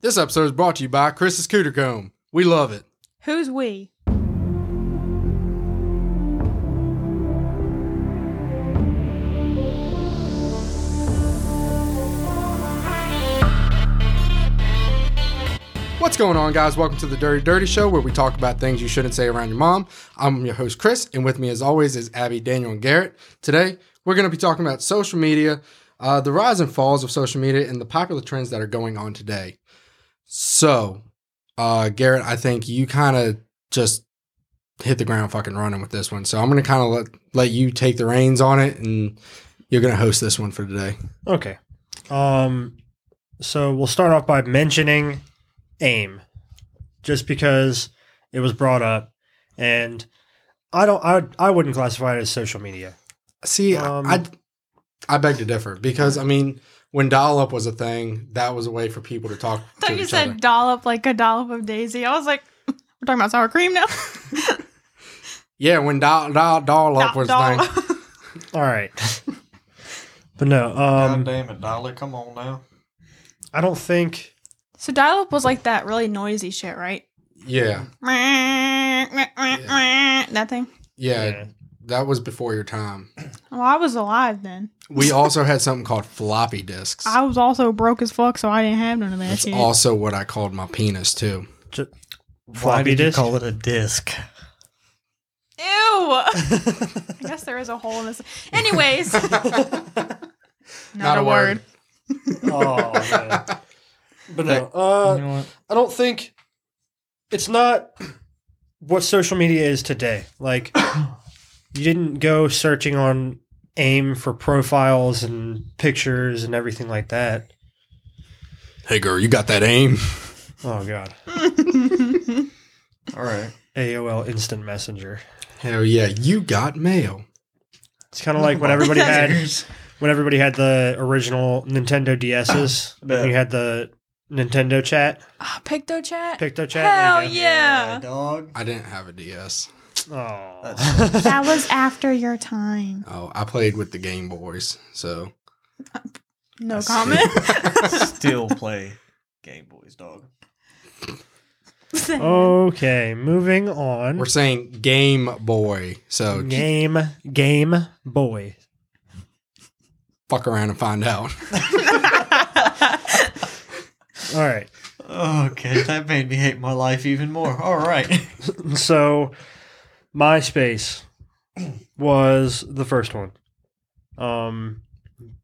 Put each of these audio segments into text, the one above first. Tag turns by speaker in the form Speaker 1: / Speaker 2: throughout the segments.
Speaker 1: This episode is brought to you by Chris's Cooter Comb. We love it.
Speaker 2: Who's we?
Speaker 1: What's going on, guys? Welcome to the Dirty Dirty Show, where we talk about things you shouldn't say around your mom. I'm your host, Chris, and with me, as always, is Abby, Daniel, and Garrett. Today, we're going to be talking about social media, uh, the rise and falls of social media, and the popular trends that are going on today. So, uh, Garrett, I think you kind of just hit the ground fucking running with this one. So, I'm going to kind of let, let you take the reins on it, and you're going to host this one for today.
Speaker 3: Okay. Um so we'll start off by mentioning aim just because it was brought up and I don't I I wouldn't classify it as social media.
Speaker 1: See, I-
Speaker 3: Um,
Speaker 1: I I beg to differ because I mean, when dial-up was a thing, that was a way for people to talk
Speaker 2: I thought
Speaker 1: to
Speaker 2: you
Speaker 1: each
Speaker 2: said
Speaker 1: other.
Speaker 2: dollop like a dollop of Daisy. I was like, we're talking about sour cream now.
Speaker 1: Yeah, when dial dial dial-up
Speaker 2: Doll-
Speaker 1: was a
Speaker 2: dollop.
Speaker 1: thing.
Speaker 3: All right. but no,
Speaker 4: God
Speaker 3: um
Speaker 4: damn it, Dolly. Come on now.
Speaker 3: I don't think
Speaker 2: So dial-up was like that really noisy shit, right?
Speaker 1: Yeah,
Speaker 2: That thing.
Speaker 1: yeah,
Speaker 3: Yeah.
Speaker 1: that was before your time.
Speaker 2: Well, I was alive then.
Speaker 1: We also had something called floppy disks.
Speaker 2: I was also broke as fuck, so I didn't have none of that
Speaker 1: That's
Speaker 2: shit.
Speaker 1: also what I called my penis too.
Speaker 3: Floppy did you disk? call
Speaker 4: it a disc?
Speaker 2: Ew. I guess there is a hole in this. Anyways, not, a, word.
Speaker 3: oh man. But no, uh
Speaker 4: you know what?
Speaker 3: I don't think it's not what social media is today. Like you didn't go searching on AIM for profiles and pictures and everything like that.
Speaker 1: Hey girl, you got that aim?
Speaker 3: Oh god.
Speaker 4: All right.
Speaker 3: AOL instant messenger.
Speaker 1: Hell yeah, you got mail.
Speaker 3: It's kind of like when everybody had when everybody had the original Nintendo DSs.
Speaker 4: Yeah.
Speaker 3: and you had the Nintendo chat,
Speaker 2: Ah, Picto chat.
Speaker 3: Picto chat.
Speaker 2: Hell
Speaker 3: there you
Speaker 2: yeah.
Speaker 4: dog.
Speaker 1: I didn't have a DS.
Speaker 3: go. Aw.
Speaker 2: That was after your time.
Speaker 1: Oh, I played with the Game Boys, so
Speaker 2: No
Speaker 4: That's-
Speaker 2: comment.
Speaker 4: Still play Game Boys, dog.
Speaker 3: Oh, okay, moving on.
Speaker 1: we're saying Game Boy. So
Speaker 3: Game Game Boy.
Speaker 1: fuck around and find out.
Speaker 3: All right.
Speaker 4: Okay, that made me hate my life even more. All right.
Speaker 3: So MySpace was the first one. Um,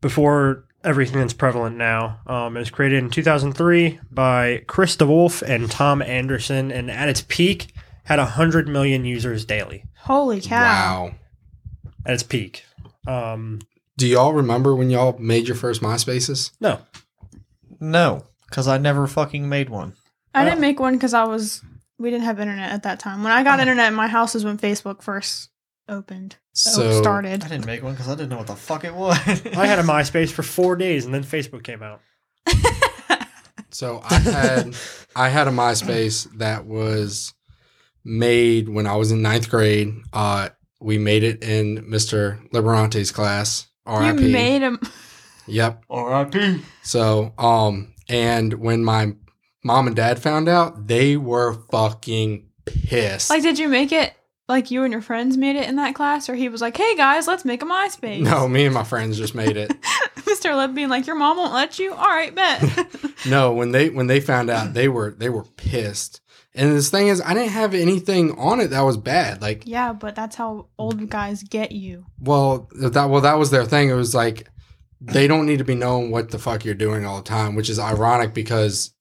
Speaker 3: before everything that's prevalent now. Um, it was created in 2003 by Chris DeWolf and Tom Anderson, and at its peak, had 100 million users daily.
Speaker 2: Holy cow.
Speaker 1: Wow.
Speaker 3: At its peak. Um,
Speaker 1: Do y'all remember when y'all made your first MySpaces?
Speaker 2: Oh,
Speaker 3: no.
Speaker 4: No, because I never fucking made one.
Speaker 2: I didn't make one because I was, we didn't have internet at that time. When I
Speaker 1: Uh-huh.
Speaker 2: got internet in my house is when Facebook first opened,
Speaker 1: So
Speaker 2: oh, started.
Speaker 4: I didn't make one because I didn't know what the fuck it was.
Speaker 3: I had a MySpace for four days, and then Facebook came out.
Speaker 1: so I had I had a MySpace that was made when I was in ninth grade. Uh, we made it in Mr. Liberante's class.
Speaker 2: You
Speaker 1: R.I.P.
Speaker 2: made him.
Speaker 1: yep.
Speaker 4: R.I.P.
Speaker 1: So um, and when my mom and dad found out, they were fucking pissed.
Speaker 2: Like, did you make it like you and your friends made it in that class? Or he was like, hey guys, let's make a MySpace.
Speaker 1: no, me and my friends just made it.
Speaker 2: Mr. Lib being like, your mom won't let you? All right, bet.
Speaker 1: No, when they when they found out, they were they were pissed. And this thing is, I didn't have anything on it that was bad. Like,
Speaker 2: yeah, but that's how old guys get you.
Speaker 1: well, that well that was their thing. It was like they don't need to be knowing what the fuck you're doing all the time, which is ironic because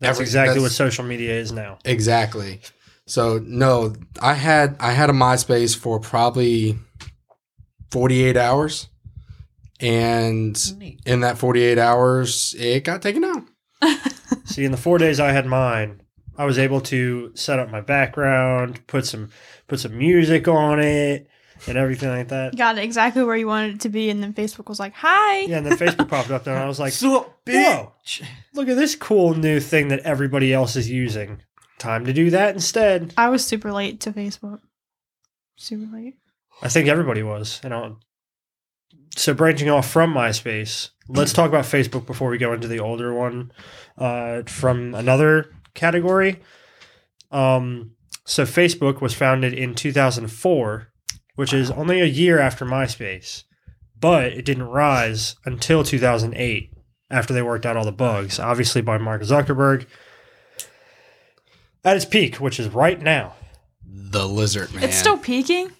Speaker 3: That's
Speaker 1: every-
Speaker 3: exactly
Speaker 1: that's-
Speaker 3: what social media is now.
Speaker 1: exactly. So no, I had I had a MySpace for probably forty eight hours, and
Speaker 4: Neat.
Speaker 1: in that forty eight hours, it got taken down.
Speaker 3: See, in the four days I had mine, I was able to set up my background, put some put some music on it, and everything like that.
Speaker 2: You got it exactly where you wanted it to be. And then Facebook was like, hi.
Speaker 3: Yeah, and then Facebook popped up, and I was like,
Speaker 4: so,
Speaker 3: Whoa.
Speaker 4: bitch.
Speaker 3: "Look at this cool new thing that everybody else is using. Time to do that instead."
Speaker 2: I was super late to Facebook. Super late.
Speaker 3: I think everybody was, and I, so branching off from MySpace, let's talk about Facebook before we go into the older one uh, from another category. Um, so Facebook was founded in 2004, which is only a year after MySpace, but it didn't rise until 2008 after they worked out all the bugs, obviously by Mark Zuckerberg. At its peak, which is right now,
Speaker 1: The lizard man.
Speaker 2: It's still peaking.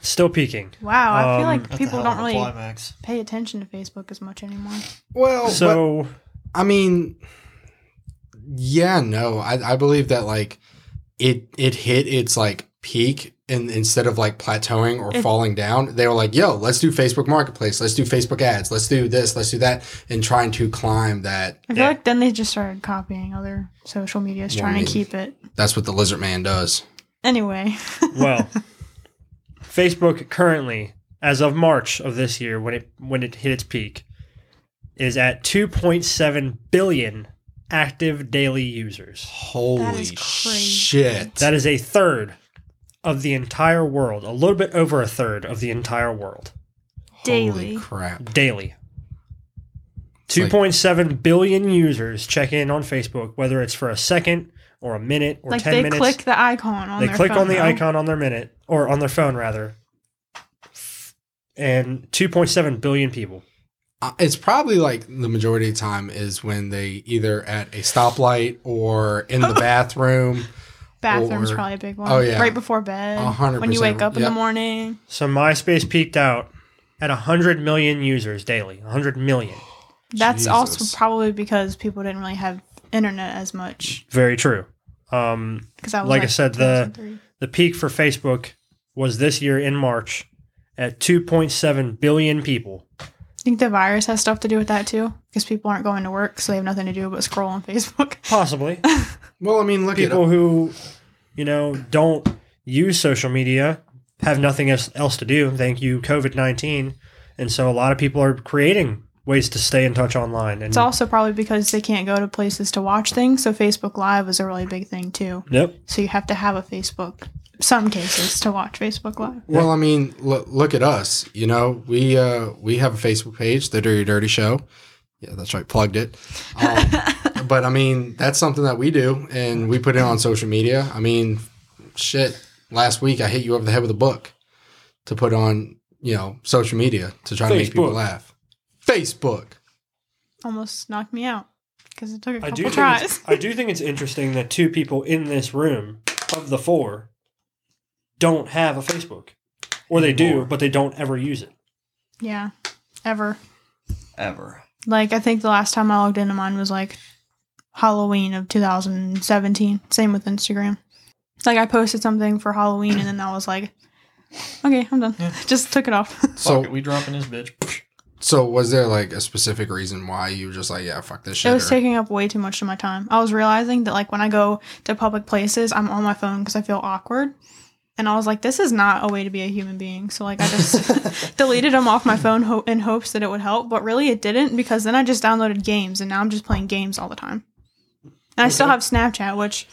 Speaker 3: still peaking.
Speaker 2: Wow, I feel
Speaker 3: Um,
Speaker 2: like people don't really
Speaker 4: climax.
Speaker 2: pay attention to Facebook as much anymore.
Speaker 1: well. Oh, but-
Speaker 3: So.
Speaker 1: I mean, yeah, no, I, I believe that like it it hit its like peak and instead of like plateauing or
Speaker 2: It-
Speaker 1: falling down, they were like, yo, let's do Facebook Marketplace, let's do Facebook ads, let's do this, let's do that, and trying to climb that.
Speaker 2: I feel
Speaker 3: Yeah.
Speaker 2: like then they just started copying other social medias,
Speaker 1: Well,
Speaker 2: trying
Speaker 1: maybe.
Speaker 2: to keep it.
Speaker 1: That's what the lizard man does.
Speaker 2: Anyway,
Speaker 3: well, Facebook currently, as of March of this year, when it when it hit its peak, is at 2.7 billion active daily users.
Speaker 1: Holy
Speaker 2: crazy.
Speaker 1: shit.
Speaker 3: That is a third of the entire world, a little bit over a third of the entire world
Speaker 2: daily.
Speaker 1: Holy crap.
Speaker 3: daily.
Speaker 1: like-
Speaker 3: 2.7 billion users check in on Facebook, whether it's for a second or a minute or
Speaker 2: like
Speaker 3: 10
Speaker 2: they
Speaker 3: minutes.
Speaker 2: click the icon on
Speaker 3: they
Speaker 2: their
Speaker 3: click
Speaker 2: phone,
Speaker 3: on the
Speaker 2: though.
Speaker 3: icon on their minute or on their phone rather and 2.7 billion people
Speaker 1: Uh, It's probably like the majority of the time is when they either at a stoplight or in the bathroom.
Speaker 2: Bathroom's
Speaker 1: or-
Speaker 2: probably a big one.
Speaker 1: oh, yeah.
Speaker 2: Right before bed.
Speaker 1: A hundred
Speaker 2: When you
Speaker 1: percent,
Speaker 2: wake up in
Speaker 1: yep.
Speaker 2: the morning.
Speaker 3: so myspace peaked out at 100 million users daily 100 million
Speaker 2: That's
Speaker 1: Jesus.
Speaker 2: also probably because people didn't really have internet as much.
Speaker 3: very true um,
Speaker 2: Because I was
Speaker 3: Like
Speaker 2: like,
Speaker 3: I said, the-
Speaker 2: 2003.
Speaker 3: the peak for facebook was this year in march at 2.7 billion people
Speaker 2: I think the virus has stuff to do with that too, because people aren't going to work, so they have nothing to do but scroll on Facebook.
Speaker 3: possibly
Speaker 1: Well, I mean, look at
Speaker 3: people who you know don't use social media have nothing else else to do thank you covid-19 and so a lot of people are creating ways to stay in touch online and
Speaker 2: It's also probably because they can't go to places to watch things, so Facebook Live is a really big thing too.
Speaker 3: yep
Speaker 2: So you have to have a Facebook, some cases, to watch Facebook Live.
Speaker 1: Well, I mean, look, look at us. You know, we uh, we have a Facebook page, The Dirty Dirty Show. Yeah, that's right. Plugged it. Um, but I mean, that's something that we do, and we put it on social media. I mean, shit. Last week, I hit you over the head with a book to put on, you know, social media to try to make people
Speaker 3: Facebook.
Speaker 1: laugh. Facebook.
Speaker 2: Almost knocked me out because it took a
Speaker 3: i do
Speaker 2: couple
Speaker 3: think it's,
Speaker 2: tries.
Speaker 3: i do think it's interesting that two people in this room of the four don't have a facebook or they do but they don't ever use it
Speaker 2: Yeah, ever.
Speaker 4: Ever.
Speaker 2: Like I think the last time I logged into mine was like Halloween of 2017. Same with Instagram. Like I posted something for Halloween and then I was like, okay, I'm done. Just took it off.
Speaker 1: So,
Speaker 4: Fuck it, we dropping this bitch.
Speaker 1: so was there like a specific reason why you were just like, yeah, fuck this shit?
Speaker 2: It was
Speaker 1: or-
Speaker 2: taking up way too much of my time. I was realizing that like when I go to public places, I'm on my phone because I feel awkward. And I was like, this is not a way to be a human being. So like I just deleted them off my phone ho- in hopes that it would help, but really it didn't because then I just downloaded games and now I'm just playing games all the time. And I still have Snapchat, which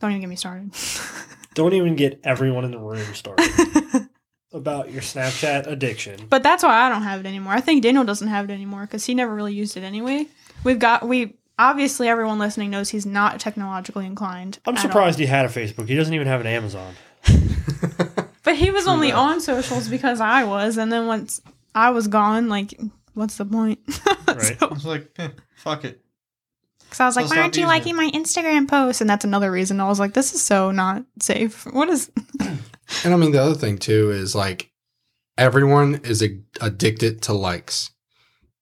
Speaker 2: don't even get me started.
Speaker 3: don't even get everyone in the room started about your snapchat addiction
Speaker 2: But that's why I don't have it anymore. I think Daniel doesn't have it anymore because he never really used it anyway. We've got we obviously everyone listening knows he's not technologically inclined.
Speaker 3: i'm
Speaker 2: at all.
Speaker 3: surprised he had a facebook he doesn't even have an amazon
Speaker 2: But he was only on socials because I was, and then once I was gone, like, what's the point?
Speaker 3: Right.
Speaker 4: I was like, eh, fuck it.
Speaker 2: Because I was like,
Speaker 4: So
Speaker 2: why
Speaker 4: stop
Speaker 2: aren't you
Speaker 4: using
Speaker 2: liking my Instagram posts? And that's another reason I was like, this is so not safe. What is?
Speaker 1: And I mean, the other thing too is like everyone is a- addicted to likes.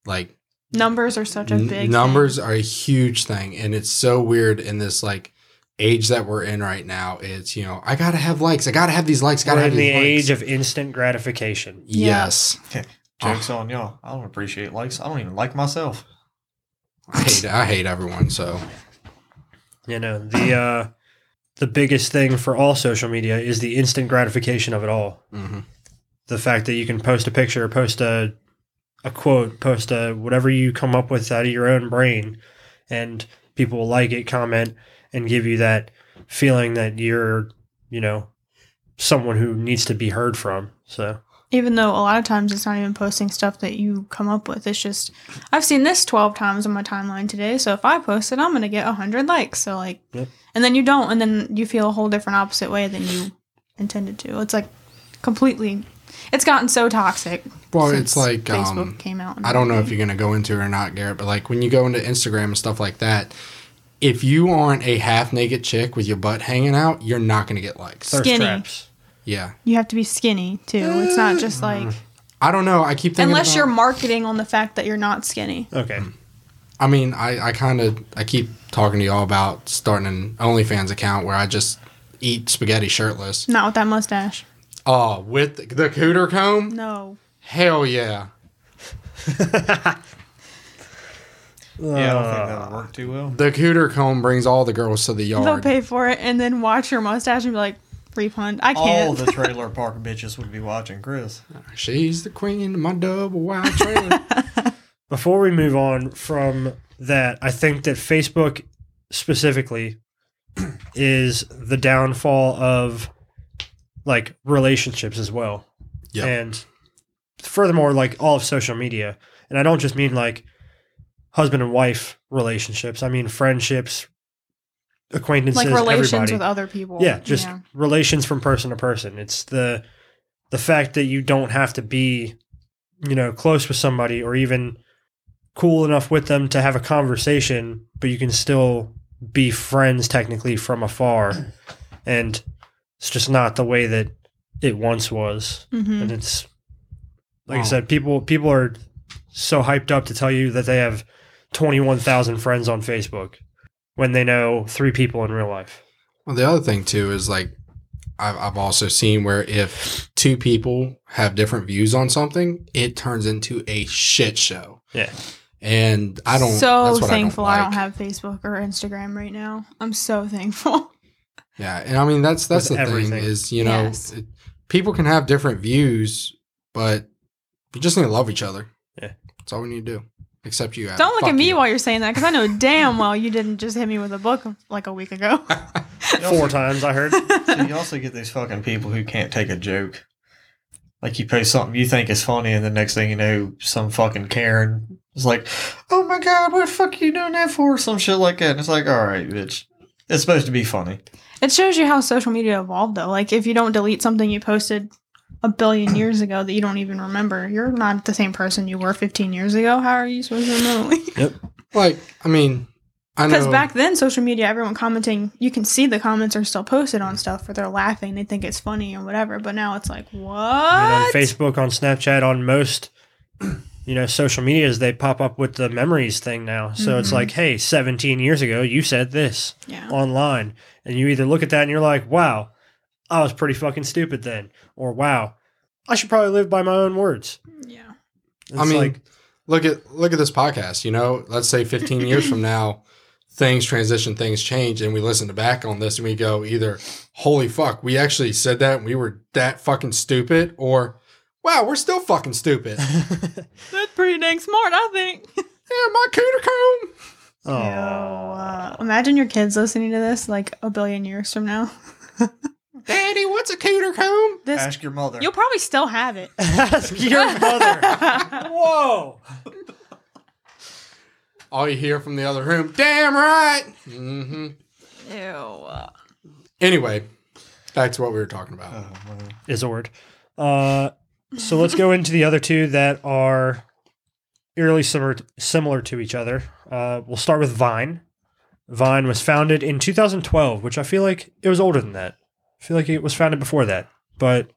Speaker 1: Like
Speaker 2: Numbers are such a
Speaker 1: n-
Speaker 2: big thing.
Speaker 1: numbers are a huge thing, and it's so weird in this like age that we're in right now. It's you know, I gotta have likes. I gotta have these likes. Gotta
Speaker 3: We're
Speaker 1: have
Speaker 3: in the
Speaker 1: these
Speaker 3: age
Speaker 1: likes.
Speaker 3: of instant gratification.
Speaker 1: yes. Oh,
Speaker 4: Joke's on y'all. I don't appreciate likes. I don't even like myself.
Speaker 1: I hate. I hate everyone. So
Speaker 3: You know, the uh, the biggest thing for all social media is the instant gratification of it all.
Speaker 1: mhm.
Speaker 3: The fact that you can post a picture, post a a quote, post a whatever you come up with out of your own brain, and people will like it, comment, and give you that feeling that you're, you know, someone who needs to be heard from. So
Speaker 2: even though a lot of times it's not even posting stuff that you come up with. It's just I've seen this twelve times on my timeline today, so if I post it, I'm gonna get hundred likes. So like,
Speaker 3: Yep.
Speaker 2: and then you don't, and then you feel a whole different opposite way than you intended to. It's like completely. It's gotten so toxic.
Speaker 1: Well,
Speaker 2: since
Speaker 1: it's like
Speaker 2: Facebook
Speaker 1: um,
Speaker 2: came out. and
Speaker 1: I don't know if
Speaker 2: everything.
Speaker 1: you're going to go into it or not, Garrett, but like when you go into Instagram and stuff like that, if you aren't a half naked chick with your butt hanging out, you're not going to get likes.
Speaker 3: Thirst
Speaker 2: Skinny.
Speaker 3: traps.
Speaker 1: Yeah.
Speaker 2: you have to be skinny too. It's not just like
Speaker 1: I don't know. I keep thinking.
Speaker 2: unless
Speaker 1: Mm. about-
Speaker 2: you're marketing on the fact that you're not skinny.
Speaker 3: Okay.
Speaker 1: I mean, I, I kind of I keep talking to y'all about starting an OnlyFans account where I just eat spaghetti shirtless.
Speaker 2: Not with that mustache.
Speaker 1: Oh, with the cooter comb?
Speaker 2: No.
Speaker 1: Hell yeah!
Speaker 4: Yeah, I don't think that'll work too well.
Speaker 1: The cooter comb brings all the girls to the
Speaker 2: They'll
Speaker 1: yard.
Speaker 2: pay for it and then watch your mustache and be like, refund. I can't.
Speaker 4: All the trailer park bitches would be watching Chris.
Speaker 1: She's the queen of my double wide trailer.
Speaker 3: Before we move on from that, I think that Facebook specifically is the downfall of like relationships as well.
Speaker 1: Yep.
Speaker 3: And furthermore, like all of social media. And I don't just mean like husband and wife relationships, I mean friendships, acquaintances,
Speaker 2: like relations
Speaker 3: everybody.
Speaker 2: with other people.
Speaker 3: Yeah, just relations from person to person. It's the the fact that you don't have to be, you know, close with somebody or even cool enough with them to have a conversation, but you can still be friends technically from afar. And it's just not the way that it once was.
Speaker 2: hmm
Speaker 3: And it's like I
Speaker 1: Wow.
Speaker 3: said, people people are so hyped up to tell you that they have twenty one thousand friends on Facebook when they know three people in real life.
Speaker 1: Well, the other thing too is like I've, I've also seen where if two people have different views on something, it turns into a shit show.
Speaker 3: Yeah.
Speaker 1: And I don't.
Speaker 2: So
Speaker 1: that's what
Speaker 2: thankful I don't,
Speaker 1: like.
Speaker 2: have Facebook or Instagram right now. I'm so thankful.
Speaker 1: Yeah, and I mean that's that's
Speaker 3: With
Speaker 1: the
Speaker 3: everything.
Speaker 1: thing is you know
Speaker 2: Yes.
Speaker 1: it- people can have different views, but you just need to love each other.
Speaker 3: Yeah.
Speaker 1: that's all we need to do. Except you. Abby.
Speaker 2: Don't look
Speaker 1: Fuck
Speaker 2: at me
Speaker 1: you.
Speaker 2: while you're saying that because I know damn well you didn't just hit me with a book like a week ago.
Speaker 4: You also-
Speaker 3: four times I heard.
Speaker 4: so you also get these fucking people who can't take a joke. Like you post something you think is funny, and the next thing you know, some fucking Karen is like, "Oh my god, what the fuck are you doing that for?" Some shit like that. And it's like, all right, bitch, it's supposed to be funny.
Speaker 2: It shows you how social media evolved, though. Like, if you don't delete something you posted a billion years ago that you don't even remember, you're not the same person you were 15 years ago. How are you supposed to remember?
Speaker 1: Like I mean, I know
Speaker 2: Because back then, social media, everyone commenting, you can see the comments are still posted on stuff where they're laughing, they think it's funny or whatever. But now it's like,
Speaker 3: I mean, on
Speaker 2: what?
Speaker 3: Facebook, on Snapchat, on most you know social medias, they pop up with the memories thing now. So it's
Speaker 2: Mhm.
Speaker 3: like, hey, 17 years ago, you said this
Speaker 2: Yeah.
Speaker 3: online, and you either look at that and you're like, wow, I was pretty fucking stupid then, or wow, I should probably live by my own words.
Speaker 2: Yeah.
Speaker 3: It's
Speaker 1: I mean,
Speaker 3: like
Speaker 1: look at look at this podcast. You know, let's say 15 years from now, things transition, things change, and we listen to back on this and we go either, "Holy fuck, we actually said that and we were that fucking stupid," or, "Wow, we're still fucking stupid." yeah,
Speaker 2: That's pretty dang smart, I think.
Speaker 1: my cooter comb.
Speaker 3: oh,
Speaker 2: Uh, imagine your kids listening to this like a billion years from now.
Speaker 1: Daddy, what's a cooter comb?
Speaker 2: This
Speaker 4: Ask your mother.
Speaker 2: You'll probably still have it.
Speaker 3: ask your mother. Whoa,
Speaker 1: All you hear from the other room, damn right. hmm
Speaker 2: Ew.
Speaker 1: Anyway, back to what we were talking about.
Speaker 4: Oh, man.
Speaker 3: is a word. Uh, so let's go into the other two that are eerily similar similar to each other. Uh, we'll start with Vine. Vine was founded in 2012, which I feel like it was older than that. I feel like it was founded before that, but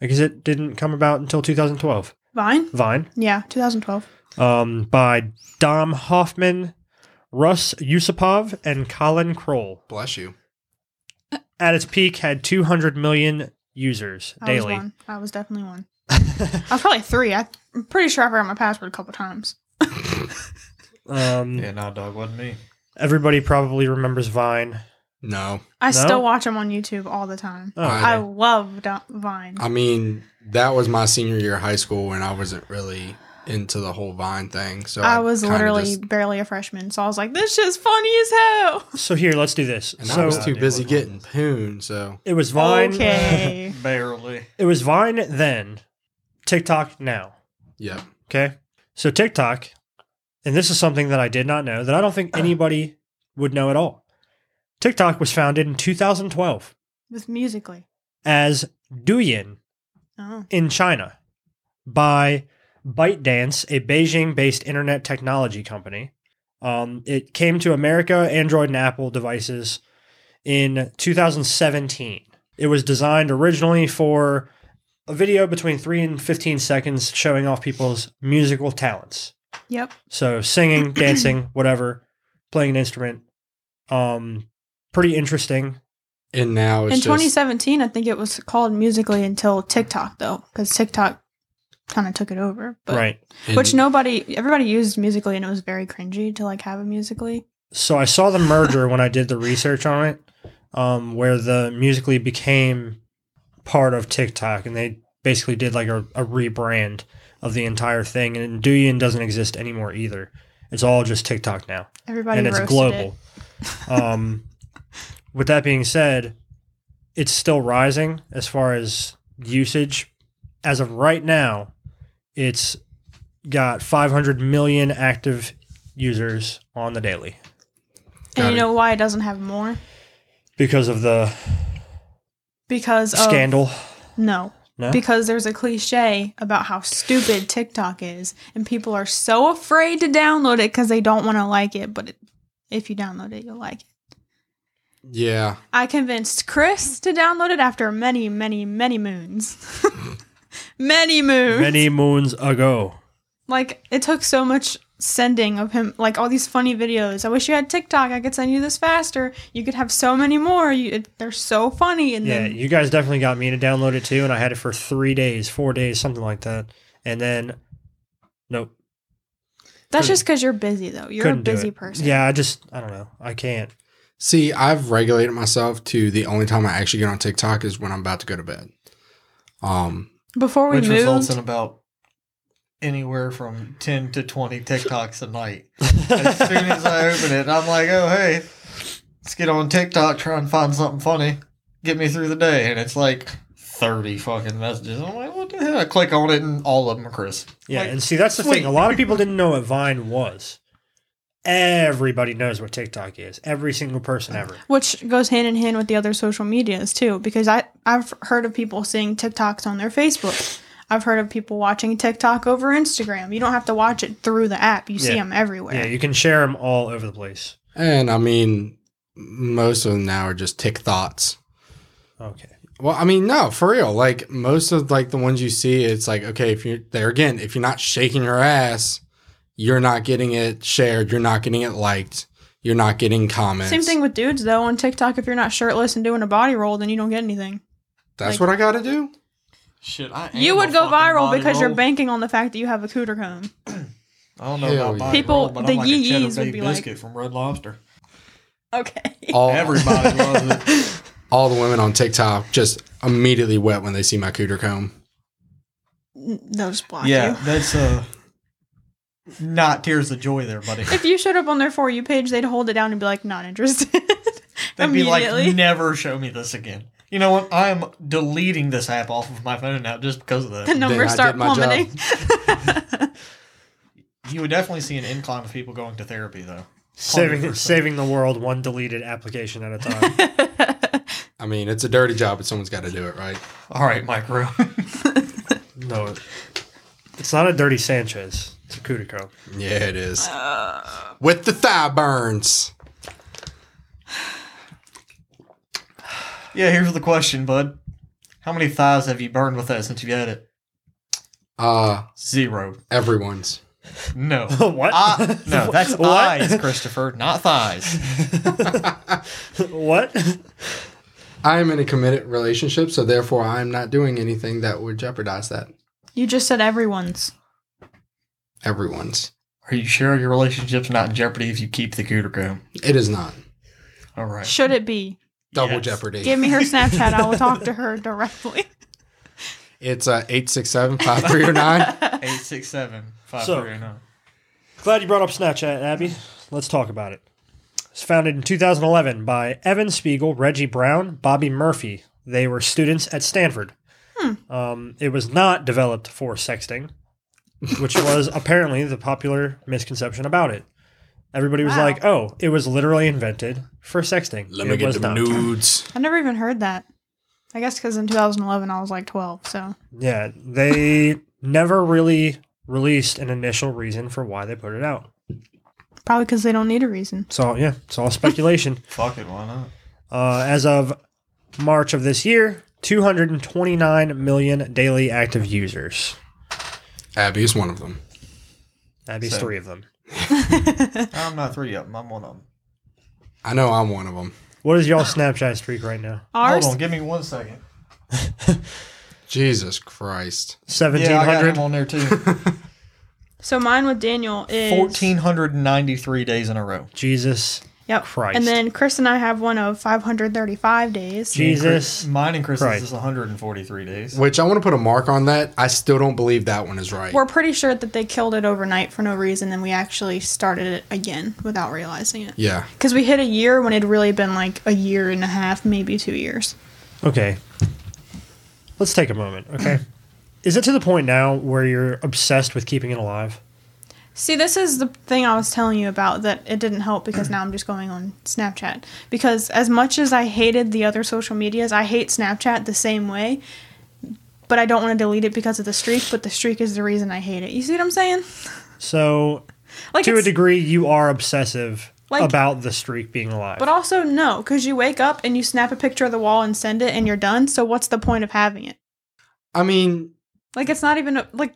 Speaker 3: I guess it didn't come about until 2012.
Speaker 2: Vine?
Speaker 3: Vine,
Speaker 2: Yeah, 2012.
Speaker 3: um, by Dom Hoffman, Russ Yusupov, and Colin Kroll.
Speaker 1: Bless you.
Speaker 3: At its peak, had 200 million users
Speaker 2: I was
Speaker 3: daily.
Speaker 2: one. I was definitely one. I was probably three. I- I'm pretty sure I forgot my password a couple times.
Speaker 3: Um,
Speaker 4: Yeah, nah, dog, wasn't me.
Speaker 3: Everybody probably remembers Vine.
Speaker 1: No,
Speaker 2: I
Speaker 3: No?
Speaker 2: still watch them on YouTube all the time.
Speaker 3: Oh,
Speaker 1: I-
Speaker 2: I
Speaker 3: okay.
Speaker 2: love Do- Vine.
Speaker 1: I mean that was my senior year of high school, and I wasn't really into the whole Vine thing. So
Speaker 2: I was
Speaker 1: kinda
Speaker 2: literally
Speaker 1: just-
Speaker 2: barely a freshman, so I was like, "This shit's funny as hell."
Speaker 3: so here, let's do this.
Speaker 1: And I
Speaker 3: So
Speaker 1: was too
Speaker 4: Yeah,
Speaker 1: busy
Speaker 4: it was one.
Speaker 1: getting poon, so
Speaker 3: it was Vine.
Speaker 2: Okay,
Speaker 4: Barely.
Speaker 3: It was Vine then. TikTok now.
Speaker 1: Yeah.
Speaker 3: Okay. So TikTok, and this is something that I did not know that I don't think anybody would know at all. TikTok was founded in 2012
Speaker 2: with musically.
Speaker 3: as Douyin
Speaker 2: Oh,
Speaker 3: in China by ByteDance, a Beijing based internet technology company. Um, it came to America, Android, and Apple devices in 2017. It was designed originally for a video between 3 and 15 seconds showing off people's musical talents.
Speaker 2: yep.
Speaker 3: So singing, dancing, whatever, playing an instrument. Um, pretty interesting.
Speaker 1: And now it's
Speaker 2: in
Speaker 1: just
Speaker 2: 2017, I think it was called musically until TikTok though, because TikTok kind of took it over. But,
Speaker 3: right.
Speaker 1: and-
Speaker 2: Which nobody, everybody used musically, and it was very cringy to like have a musically.
Speaker 3: so I saw the merger when I did the research on it, um, where the musically became part of TikTok, and they basically did like a, a rebrand of the entire thing. And Douyin doesn't exist anymore either; it's all just TikTok now,
Speaker 2: Everybody
Speaker 3: and it's
Speaker 2: roasted
Speaker 3: global.
Speaker 2: It.
Speaker 3: um, with that being said, it's still rising as far as usage. As of right now, it's got 500 million active users on the daily.
Speaker 2: And
Speaker 1: Got
Speaker 2: you
Speaker 1: it.
Speaker 2: know why it doesn't have more?
Speaker 3: because of the
Speaker 2: Because of
Speaker 3: scandal.
Speaker 2: No.
Speaker 3: No?
Speaker 2: Because there's a cliche about how stupid TikTok is, and people are so afraid to download it because they don't want to like it. But it, if you download it, you'll like it.
Speaker 1: yeah.
Speaker 2: I convinced Chris to download it after many, many, many moons. many moons.
Speaker 3: Many moons ago,
Speaker 2: Like, it took so much sending of him, like all these funny videos. I wish you had TikTok. I could send you this faster. You could have so many more. You, it, they're so funny. And
Speaker 3: yeah,
Speaker 2: then
Speaker 3: you guys definitely got me to download it too, and I had it for three days, four days, something like that, and then nope,
Speaker 2: that's just because you're busy, though. You're a
Speaker 3: couldn't do
Speaker 2: busy
Speaker 3: it.
Speaker 2: person.
Speaker 3: Yeah, I just I don't know, I can't.
Speaker 1: See, I've regulated myself to the only time I actually get on TikTok is when I'm about to go to bed. Um,
Speaker 2: Before we
Speaker 4: which
Speaker 2: moved,
Speaker 4: results in about anywhere from 10 to 20 TikToks a night. As soon as I open it, I'm like, oh, hey, let's get on TikTok, try and find something funny, get me through the day. And it's like 30 fucking messages. I'm like, what the hell? I click on it, and all of them are Chris.
Speaker 3: yeah,
Speaker 4: Like,
Speaker 3: and see that's the
Speaker 4: sweet.
Speaker 3: thing. A lot of people didn't know what Vine was. Everybody knows what TikTok is. Every single person ever.
Speaker 2: which goes hand in hand with the other social medias too because i i've heard of people seeing tiktoks on their facebook i've heard of people watching tiktok over instagram you don't have to watch it through the app you see 'em see
Speaker 3: Yeah.
Speaker 2: them everywhere
Speaker 3: Yeah, you can share them all over the place.
Speaker 1: and I mean, most of them now are just tick thoughts.
Speaker 3: Okay.
Speaker 1: Well, I mean, no, for real. Like most of like the ones you see, it's like okay, if you're there again, if you're not shaking your ass, you're not getting it shared, you're not getting it liked, you're not getting comments.
Speaker 2: same thing with dudes though on tiktok if you're not shirtless and doing a body roll then you don't get anything
Speaker 1: That's
Speaker 2: like-
Speaker 1: what I got to do.
Speaker 4: Shit, I
Speaker 2: you would go viral because you're
Speaker 4: bank.
Speaker 2: banking on the fact that you have a cooter comb
Speaker 4: I don't know
Speaker 1: Hell
Speaker 4: about
Speaker 1: yeah.
Speaker 4: body
Speaker 2: People-
Speaker 4: roll, but
Speaker 2: the
Speaker 4: I'm like a cheddar
Speaker 2: yee-yees would
Speaker 4: baked
Speaker 2: be like-
Speaker 4: biscuit from Red Lobster.
Speaker 2: okay
Speaker 1: All
Speaker 4: Everybody loves it.
Speaker 1: all the women on TikTok just immediately wet when they see my cooter comb.
Speaker 2: those block
Speaker 4: Yeah,
Speaker 2: you
Speaker 4: that's uh, not tears of joy there, buddy.
Speaker 2: if you showed up on their for you page they'd hold it down and be like not interested
Speaker 4: They'd be
Speaker 2: immediately
Speaker 4: like, never show me this again. You know what? I am deleting this app off of my phone now just because of
Speaker 2: the
Speaker 4: that.
Speaker 1: I did
Speaker 2: numbers start
Speaker 1: my job.
Speaker 2: plummeting
Speaker 4: You would definitely see an incline of people going to therapy, though.
Speaker 3: Saving
Speaker 4: 100%.
Speaker 3: saving the world one deleted application at a time.
Speaker 1: I mean, it's a dirty job, but someone's got to do it, right?
Speaker 4: All right, micro.
Speaker 3: No, it- it's not a dirty Sanchez. It's a coup de grace.
Speaker 1: Yeah, it is.
Speaker 2: Uh.
Speaker 1: With the thigh burns.
Speaker 4: yeah, here's the question, bud. How many thighs have you burned with that since you had it?
Speaker 1: Uh,
Speaker 4: Zero.
Speaker 1: everyone's.
Speaker 4: No.
Speaker 3: What?
Speaker 4: I, Ah, no, that's
Speaker 3: What?
Speaker 4: eyes, Christopher, not thighs.
Speaker 3: What?
Speaker 1: I am in a committed relationship, so therefore I am not doing anything that would jeopardize that.
Speaker 2: You just said everyone's.
Speaker 1: Everyone's.
Speaker 4: Are you sure your relationship's not in jeopardy if you keep the cooter comb?
Speaker 1: It is not.
Speaker 4: All right.
Speaker 2: Should it be?
Speaker 1: Double
Speaker 4: Yes.
Speaker 1: jeopardy.
Speaker 2: Give me her Snapchat. I will talk to her directly.
Speaker 1: It's uh, 867-5309.
Speaker 4: 867
Speaker 3: Glad you brought up Snapchat, Abby. Let's talk about it. It's founded in 2011 by Evan Spiegel, Reggie Brown, Bobby Murphy. They were students at Stanford. Um, it was not developed for sexting, which was apparently the popular misconception about it. Everybody was
Speaker 2: Wow.
Speaker 3: like, "Oh, it was literally invented for sexting."
Speaker 1: Let
Speaker 3: it
Speaker 1: me get
Speaker 3: was
Speaker 1: them nudes.
Speaker 2: I never even heard that. I guess because in 2011 I was like 12, so
Speaker 3: Yeah, they never really released an initial reason for why they put it out.
Speaker 2: probably because they don't need a reason.
Speaker 3: So yeah, it's all speculation.
Speaker 4: Fuck it, why not?
Speaker 3: Uh, as of March of this year, 229 million daily active users.
Speaker 1: Abby is one of them.
Speaker 3: That'd be
Speaker 4: So-
Speaker 3: three of them.
Speaker 4: I'm not three of them. I'm one of them.
Speaker 1: I know I'm one of them.
Speaker 3: What is y'all Snapchat streak right now?
Speaker 2: Ours,
Speaker 4: Hold on, give me one second.
Speaker 1: Jesus Christ.
Speaker 4: Yeah, I got
Speaker 3: 1700.
Speaker 4: him on there too.
Speaker 2: so mine with Daniel is
Speaker 4: 1493 days in a row.
Speaker 3: Jesus.
Speaker 2: Yep.
Speaker 3: Christ.
Speaker 2: And then Chris and I have one of 535 days.
Speaker 3: Jesus.
Speaker 4: Mine and Chris's
Speaker 3: Right.
Speaker 4: is 143 days.
Speaker 1: Which I want to put a mark on that. I still don't believe that one is right.
Speaker 2: We're pretty sure that they killed it overnight for no reason, and we actually started it again without realizing it.
Speaker 1: yeah.
Speaker 2: Because we hit a year when it would really been like a year and a half, maybe two years.
Speaker 3: Okay. Let's take a moment, okay? is it to the point now where you're obsessed with keeping it alive?
Speaker 2: See, this is the thing I was telling you about that it didn't help because now I'm just going on Snapchat. Because as much as I hated the other social medias, I hate Snapchat the same way. But I don't want to delete it because of the streak, but the streak is the reason I hate it. You see what I'm saying?
Speaker 3: So,
Speaker 2: Like
Speaker 3: to a
Speaker 2: it's-
Speaker 3: degree, you are obsessive
Speaker 2: Like-
Speaker 3: about the streak being alive.
Speaker 2: But also no, because you wake up and you snap a picture of the wall and send it, and you're done. So what's the point of having it?
Speaker 1: I mean,
Speaker 2: Like it's not even a, like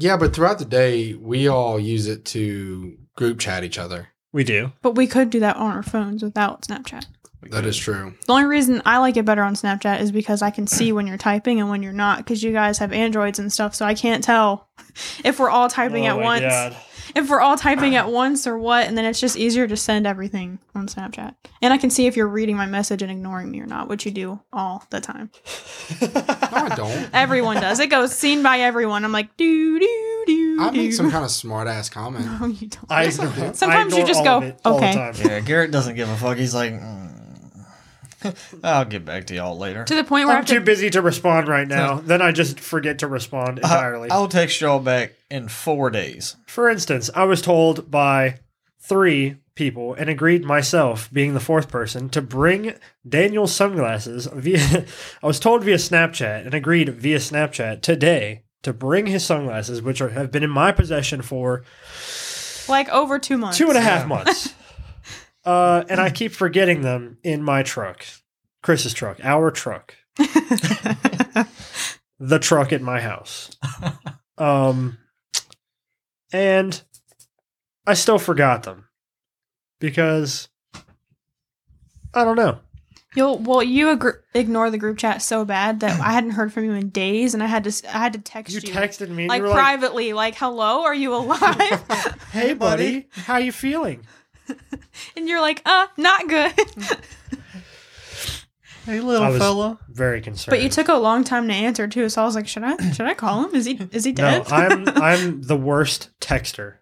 Speaker 1: yeah, but throughout the day, we all use it to group chat each other.
Speaker 3: we do.
Speaker 2: But we could do that on our phones without Snapchat.
Speaker 1: That is true.
Speaker 2: The only reason I like it better on Snapchat is because I can see when you're typing and when you're not, because you guys have Androids and stuff, so I can't tell if we're all typing
Speaker 3: Oh
Speaker 2: at
Speaker 3: my
Speaker 2: once,
Speaker 3: God.
Speaker 2: if we're all typing at once or what, and then it's just easier to send everything on Snapchat. And I can see if you're reading my message and ignoring me or not, which you do all the time.
Speaker 1: No, I don't.
Speaker 2: Everyone does. It goes seen by everyone. I'm like, doo doo doo.
Speaker 1: I make
Speaker 2: doo.
Speaker 1: some kind of smart ass comment.
Speaker 2: No, you don't.
Speaker 3: I
Speaker 1: Yes, I do.
Speaker 3: ignore- I
Speaker 2: Sometimes you
Speaker 3: ignore
Speaker 2: just
Speaker 3: all
Speaker 2: go,
Speaker 3: of it all the
Speaker 2: "Okay."
Speaker 3: time.
Speaker 4: Yeah, Garrett doesn't give a fuck. He's like, "Mm, I'll get back to y'all later.
Speaker 2: to the point where I
Speaker 3: I'm
Speaker 2: have to
Speaker 3: too busy to respond right now. Then I just forget to respond entirely.
Speaker 4: I'll text y'all back in four days.
Speaker 3: For instance, I was told by three people and agreed myself, being the fourth person, to bring Daniel's sunglasses via. I was told via Snapchat and agreed via Snapchat today to bring his sunglasses, which are, have been in my possession for
Speaker 2: like over two months.
Speaker 3: two and a half
Speaker 4: Yeah.
Speaker 3: months. Uh, and I keep forgetting them in my truck, Chris's truck, our truck, the truck at my house. Um, and I still forgot them because I don't know.
Speaker 2: You'll well, you agr ignore the group chat so bad that I hadn't heard from you in days, and I had to s- I had to text
Speaker 3: You
Speaker 2: you,
Speaker 3: texted me and
Speaker 2: like
Speaker 3: you were
Speaker 2: privately, like, "Hello, are you alive?"
Speaker 3: like, "Hey, buddy, how you feeling?
Speaker 2: and you're like, "Uh, not good."
Speaker 4: Hey, little
Speaker 3: I was-
Speaker 4: fella.
Speaker 3: Very concerned."
Speaker 2: but you took a long time to answer too, so I was like, "Should I? Should I call him? Is he is he
Speaker 3: no.
Speaker 2: dead?"
Speaker 3: I'm I'm the worst texter.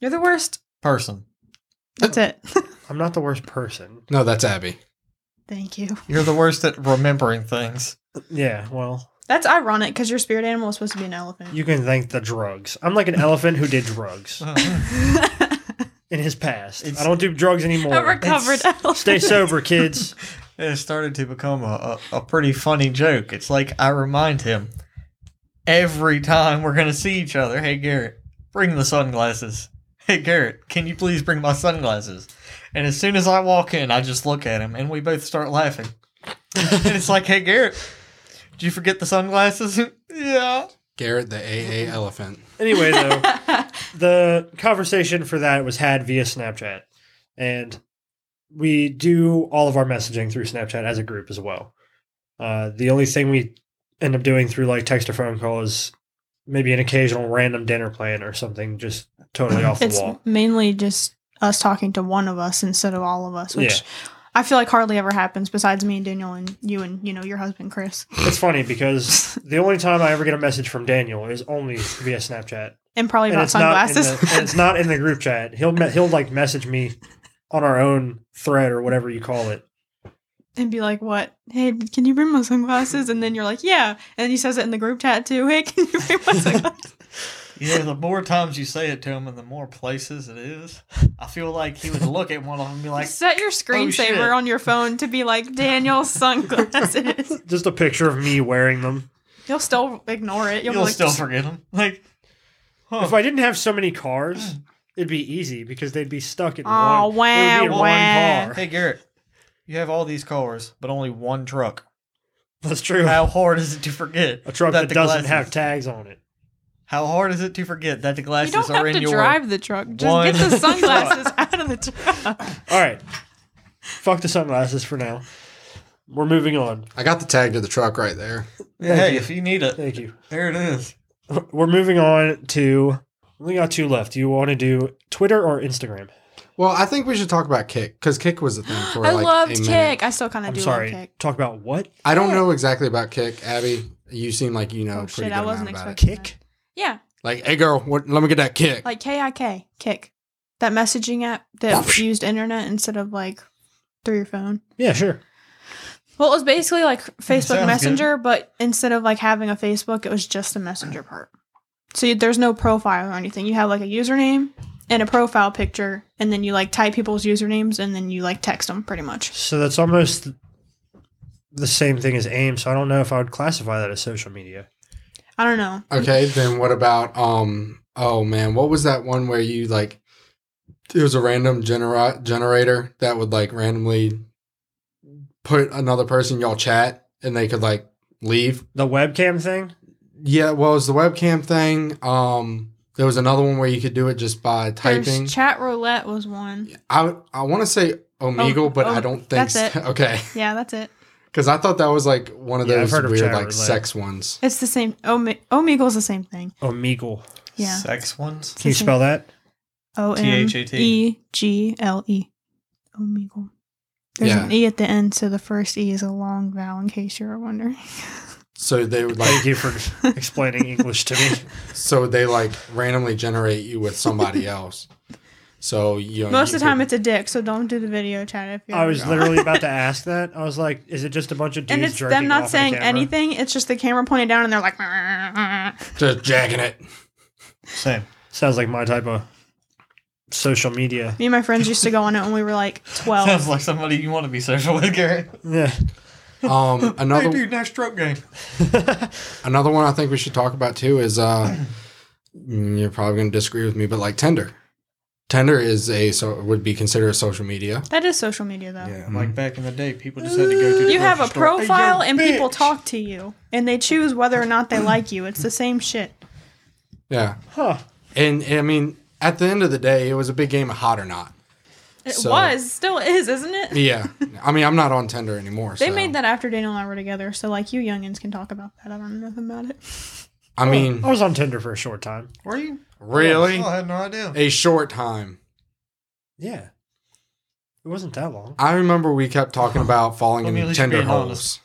Speaker 2: you're the worst.
Speaker 4: Person.
Speaker 2: That's it.
Speaker 3: I'm not the worst person.
Speaker 1: No, that's Abby.
Speaker 2: Thank you.
Speaker 4: You're the worst at remembering things.
Speaker 3: Yeah. Well,
Speaker 2: That's ironic because your spirit animal is supposed to be an elephant.
Speaker 3: You can thank the drugs. I'm like an elephant who did drugs in his past.
Speaker 4: It's-
Speaker 3: I don't do
Speaker 2: a
Speaker 3: drugs anymore.
Speaker 2: recovered elephant.
Speaker 3: Stay sober, kids.
Speaker 4: it started to become a, a, a pretty funny joke. It's like I remind him every time we're going to see each other hey, Garrett, bring the sunglasses. Hey, Garrett, can you please bring my sunglasses? And as soon as I walk in, I just look at him and we both start laughing. and it's like, hey, Garrett, did you forget the sunglasses? yeah.
Speaker 1: Garrett, the AA elephant.
Speaker 3: Anyway, though, the conversation for that was had via Snapchat, and we do all of our messaging through Snapchat as a group as well. Uh, the only thing we end up doing through like text or phone call is maybe an occasional random dinner plan or something, just totally off the
Speaker 2: it's
Speaker 3: wall.
Speaker 2: mainly just us talking to one of us instead of all of us, which
Speaker 3: Yeah.
Speaker 2: I feel like hardly ever happens besides me and Daniel and you and you know your husband Chris
Speaker 3: It's funny because the only time I ever get a message from Daniel is only via Snapchat.
Speaker 2: and probably
Speaker 3: and
Speaker 2: about
Speaker 3: it's not in
Speaker 2: sunglasses.
Speaker 3: the, and it's not in the group chat. He'll me- he'll like message me on our own thread or whatever you call it,
Speaker 2: and be like, "What? Hey, d- can you bring my sunglasses?" And then you're like, "Yeah," and he says it in the group chat too. Hey, can you bring my sunglasses?
Speaker 4: Yeah, the more times you say it to him and the more places it is, I feel like he would look at one of them and be like,
Speaker 2: Set your
Speaker 4: shit.
Speaker 2: screensaver on your phone to be like Daniel's sunglasses.
Speaker 3: Just a picture of me wearing them.
Speaker 2: You'll still ignore it. You'll,
Speaker 4: you'll,
Speaker 2: be like,
Speaker 4: still forget him. Like, huh.
Speaker 3: If I didn't have so many cars, it'd be easy because they'd be stuck in
Speaker 2: Aw,
Speaker 3: one. it would be
Speaker 2: wah,
Speaker 3: one
Speaker 2: wah.
Speaker 3: car.
Speaker 4: hey, Garrett, you have all these cars, but only one truck.
Speaker 3: That's true.
Speaker 4: How hard is it to forget
Speaker 3: a truck that
Speaker 4: the
Speaker 3: doesn't
Speaker 4: glasses-
Speaker 3: have tags on it.
Speaker 4: How hard is it to forget that the
Speaker 2: You
Speaker 4: glasses
Speaker 2: don't
Speaker 4: are
Speaker 2: have
Speaker 4: in
Speaker 2: to
Speaker 4: your
Speaker 2: drive the truck. Just
Speaker 4: one
Speaker 2: get the
Speaker 4: truck.
Speaker 2: sunglasses out of the truck.
Speaker 3: All right. Fuck the sunglasses for now. We're moving on.
Speaker 1: I got the tag to the truck right there.
Speaker 4: Hey, if you need it,
Speaker 3: Thank you.
Speaker 4: there it is.
Speaker 3: We're moving on to. We only got two left. Do you want to do Twitter or Instagram?
Speaker 1: Well, I think we should talk about Kick because Kick was a thing for
Speaker 2: I
Speaker 1: like
Speaker 2: loved
Speaker 1: a
Speaker 2: Kick.
Speaker 1: minute.
Speaker 2: I still kind of
Speaker 3: I'm
Speaker 2: do
Speaker 3: sorry.
Speaker 2: love Kick.
Speaker 3: Talk about what?
Speaker 1: I don't know exactly about Kick, Abby. You seem like you know
Speaker 2: Oh,
Speaker 1: pretty
Speaker 2: shit,
Speaker 1: good
Speaker 2: I wasn't
Speaker 1: amount about
Speaker 2: expecting-
Speaker 1: it.
Speaker 3: Kick?
Speaker 2: Yeah,
Speaker 1: Like, hey girl, what, let me get that kick.
Speaker 2: like K I K Kick, that messaging app that used internet instead of like through your phone.
Speaker 3: Yeah, sure.
Speaker 2: Well, it was basically like
Speaker 4: sounds
Speaker 2: Facebook
Speaker 4: good.
Speaker 2: Messenger, but instead of like having a Facebook, it was just the Messenger part. So you, there's no profile or anything. You have like a username and a profile picture, and then you like type people's usernames and then you like text them pretty much.
Speaker 3: So that's almost the same thing as AIM. So I don't know if I would classify that as social media.
Speaker 2: I don't know.
Speaker 1: Okay, then what about um? Oh man, what was that one where you like? It was a random genera- generator that would like randomly put another person in y'all chat, and they could like leave.
Speaker 3: The webcam thing?
Speaker 1: Yeah, well, it was the webcam thing. Um, there was another one where you could do it just by typing.
Speaker 2: There's chat roulette was one.
Speaker 1: I I want to say Omegle, but
Speaker 2: oh,
Speaker 1: I don't think
Speaker 2: that's
Speaker 1: so. okay,
Speaker 2: Yeah, that's it.
Speaker 1: because I thought that was like one of
Speaker 3: Yeah, I've
Speaker 1: those
Speaker 3: heard of
Speaker 1: weird
Speaker 3: chat
Speaker 1: like
Speaker 3: roulette.
Speaker 1: sex ones.
Speaker 2: It's the same. Ome- Omegle's the same thing.
Speaker 3: Omegle.
Speaker 2: Yeah.
Speaker 4: Sex ones?
Speaker 3: Oh, Can you spell that?
Speaker 2: O M E G L E. Omegle. There's an
Speaker 1: Yeah.
Speaker 2: E at the end, so the first E is a long vowel, in case you were wondering.
Speaker 1: So they would like
Speaker 3: Thank you for explaining English to me.
Speaker 1: So they like randomly generate you with somebody else. So Oh, you know,
Speaker 2: Most
Speaker 1: you
Speaker 2: of the time,
Speaker 1: could-
Speaker 2: it's a dick, so don't do the video chat if you're.
Speaker 3: I was literally about to ask that. I was like, is it just a bunch of dudes
Speaker 2: And it's
Speaker 3: jerking
Speaker 2: them not
Speaker 3: off at a
Speaker 2: saying
Speaker 3: camera?
Speaker 2: anything. It's just the camera pointed down, and they're like, "Meh."
Speaker 1: just jacking it.
Speaker 4: Same.
Speaker 3: Sounds like my type of social media.
Speaker 2: "Me and my friends used to go on it when we were like 12."
Speaker 4: Sounds like somebody you want to be social with, Garrett.
Speaker 3: Yeah.
Speaker 1: Um,
Speaker 4: Hey,
Speaker 1: another
Speaker 4: dude, nice stroke game.
Speaker 1: another one I think we should talk about too is uh, mm, you're probably going to disagree with me, but like Tinder. Tinder is a so would be considered social media.
Speaker 2: that is social media, though.
Speaker 4: Yeah, like back in the day, people just had to go to the
Speaker 2: You have a
Speaker 4: grocery store. Hey, yo,
Speaker 2: profile, and people
Speaker 4: bitch.
Speaker 2: talk to you, and they choose whether or not they like you. It's the same shit.
Speaker 1: Yeah,
Speaker 3: Huh.
Speaker 1: and I mean at the end of the day, it was a big game of hot or not.
Speaker 2: It
Speaker 1: So-
Speaker 2: was, still is, isn't it?
Speaker 1: Yeah, I mean I'm not on Tinder anymore.
Speaker 2: They
Speaker 1: so.
Speaker 2: made that after Daniel and I were together, so like you youngins can talk about that. I don't know nothing about it.
Speaker 1: I mean,
Speaker 2: Oh.
Speaker 3: I was on Tinder for a short time.
Speaker 4: Were you?
Speaker 1: really,
Speaker 4: Oh, I had no idea.
Speaker 1: a short time.
Speaker 3: Yeah. It wasn't that long.
Speaker 1: I remember we kept talking about falling
Speaker 4: I mean, at
Speaker 1: in
Speaker 4: least you're
Speaker 1: Tinder
Speaker 4: being
Speaker 1: holes.
Speaker 4: honest.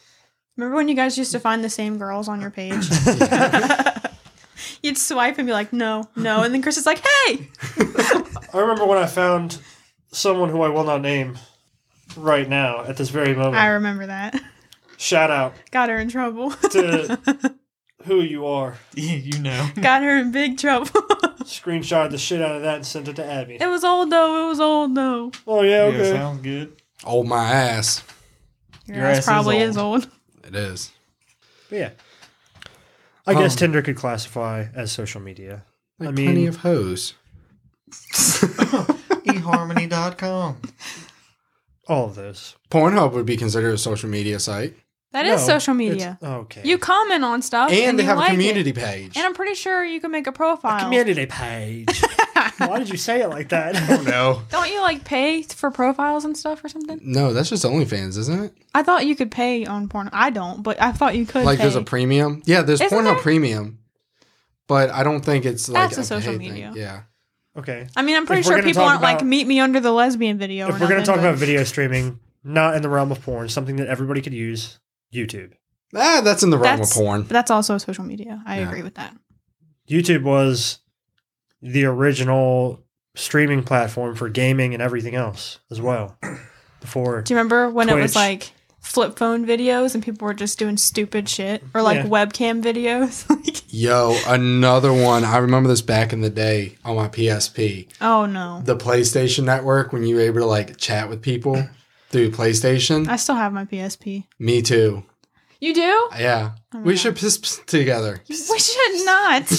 Speaker 2: Remember when you guys used to find the same girls on your page? You'd swipe and be like, no, no, and then Chris is like, hey,
Speaker 3: I remember when I found someone who I will not name right now at this very moment.
Speaker 2: I remember that.
Speaker 3: Shout out
Speaker 2: Got her in trouble.
Speaker 3: to who you are.
Speaker 4: Yeah, you know.
Speaker 2: Got her in big trouble.
Speaker 3: Screenshot the shit out of that and sent it to Abby.
Speaker 2: it was old though. It was old though.
Speaker 3: Oh yeah,
Speaker 4: Yeah,
Speaker 3: okay.
Speaker 4: sounds good.
Speaker 1: Oh my ass.
Speaker 2: Your,
Speaker 4: Your
Speaker 2: ass,
Speaker 4: ass is
Speaker 2: probably
Speaker 4: old.
Speaker 2: is old.
Speaker 1: It is.
Speaker 3: But yeah. I guess
Speaker 1: Um,
Speaker 3: Tinder could classify as social media.
Speaker 1: Like
Speaker 3: I
Speaker 1: plenty
Speaker 3: mean-
Speaker 1: of hoes.
Speaker 4: eharmony.com.
Speaker 3: All of those.
Speaker 1: Pornhub would be considered a social media site.
Speaker 2: That is
Speaker 3: No,
Speaker 2: social
Speaker 3: it's-
Speaker 2: media.
Speaker 3: Okay.
Speaker 2: You comment on stuff,
Speaker 1: And,
Speaker 2: and,
Speaker 1: they
Speaker 2: you
Speaker 1: have
Speaker 2: like
Speaker 1: a community
Speaker 2: It.
Speaker 1: page.
Speaker 2: And I'm pretty sure you can make a profile.
Speaker 3: community page. Why did you say it like that?
Speaker 1: no.
Speaker 2: Don't you like pay for profiles and stuff or something?
Speaker 1: No, that's just OnlyFans, isn't it?
Speaker 2: I thought you could pay on porn. I don't, but I thought you could.
Speaker 1: like
Speaker 2: pay.
Speaker 1: there's a premium. Yeah, there's
Speaker 2: Isn't
Speaker 1: Pornhub
Speaker 2: there?
Speaker 1: premium. But I don't think it's like
Speaker 2: That's a social media.
Speaker 1: Thing. Yeah.
Speaker 3: okay.
Speaker 2: I mean, I'm pretty
Speaker 3: If we're
Speaker 2: sure
Speaker 3: gonna
Speaker 2: people
Speaker 3: talk
Speaker 2: aren't like
Speaker 3: about-
Speaker 2: meet me under the lesbian video. or
Speaker 3: If we're gonna
Speaker 2: nothing,
Speaker 3: talk
Speaker 2: but-
Speaker 3: about video streaming, not in the realm of porn, something that everybody could use, YouTube.
Speaker 1: Ah, that's in the realm
Speaker 2: that's,
Speaker 1: of porn.
Speaker 2: but that's also social media. I
Speaker 1: Yeah.
Speaker 2: agree with that.
Speaker 3: YouTube was the original streaming platform for gaming and everything else as well. Before
Speaker 2: Do you remember when it was
Speaker 3: Twitch.
Speaker 2: like flip phone videos and people were just doing stupid shit or like
Speaker 3: Yeah.
Speaker 2: webcam videos. like,
Speaker 1: Yo, another one. I remember this back in the day on my PSP.
Speaker 2: oh no.
Speaker 1: The PlayStation Network, when you were able to like chat with people through PlayStation.
Speaker 2: I still have my PSP.
Speaker 1: Me too.
Speaker 2: You do?
Speaker 1: Yeah. we should piss, piss together.
Speaker 2: We should not.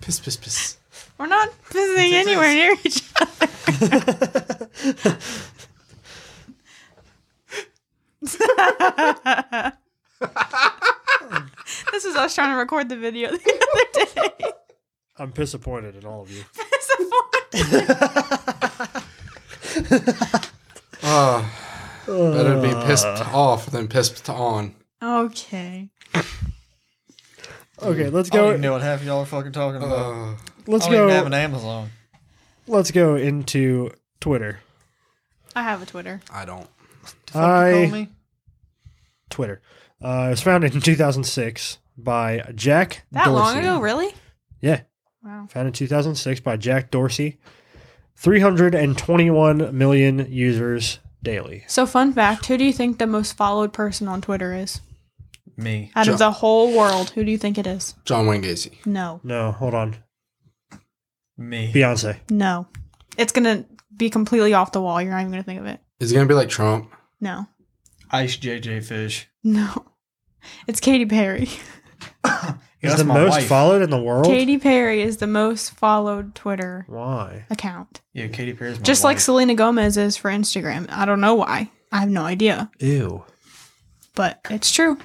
Speaker 1: Piss, piss, piss.
Speaker 2: We're not visiting anywhere near each other. this is us trying to record the video the other day.
Speaker 3: I'm disappointed in all of you.
Speaker 1: Oh, better to be
Speaker 3: Uh,
Speaker 1: pissed off than pissed on.
Speaker 2: okay.
Speaker 3: Okay, let's
Speaker 4: I don't
Speaker 3: go.
Speaker 4: even Oh, know what half of y'all are fucking talking about.
Speaker 1: Uh,
Speaker 4: I
Speaker 3: Let's
Speaker 4: don't even have
Speaker 3: go.
Speaker 4: an Amazon.
Speaker 3: Let's go into Twitter.
Speaker 2: I have a Twitter.
Speaker 1: I don't.
Speaker 4: Fucking
Speaker 3: I
Speaker 4: call me.
Speaker 3: Twitter. Uh, it was founded in 2006 by Jack.
Speaker 2: That
Speaker 3: Dorsey.
Speaker 2: long ago, really?
Speaker 3: Yeah.
Speaker 2: Wow.
Speaker 3: Founded in 2006 by Jack Dorsey. 321 million users daily.
Speaker 2: So, fun fact who do you think the most followed person on Twitter is?
Speaker 4: Me.
Speaker 2: Out
Speaker 1: John.
Speaker 2: of the whole world, who do you think it is?
Speaker 1: John Wayne Gacy.
Speaker 2: No.
Speaker 3: No, hold on.
Speaker 4: Me.
Speaker 3: Beyonce.
Speaker 2: No. It's going to be completely off the wall. You're not even going to think of it.
Speaker 1: Is it gonna be like Trump?
Speaker 2: No.
Speaker 4: Ice JJ Fish.
Speaker 2: No. It's Katy Perry.
Speaker 4: Yeah,
Speaker 3: Is
Speaker 4: that's
Speaker 3: the
Speaker 4: my
Speaker 3: most
Speaker 4: wife.
Speaker 3: followed in the world?
Speaker 2: Katy Perry is the most followed Twitter
Speaker 3: Why?
Speaker 2: account.
Speaker 4: Yeah, Katy Perry's my
Speaker 2: Just like
Speaker 4: wife.
Speaker 2: Selena Gomez is for Instagram. I don't know why. I have no idea,
Speaker 3: Ew.
Speaker 2: but it's true.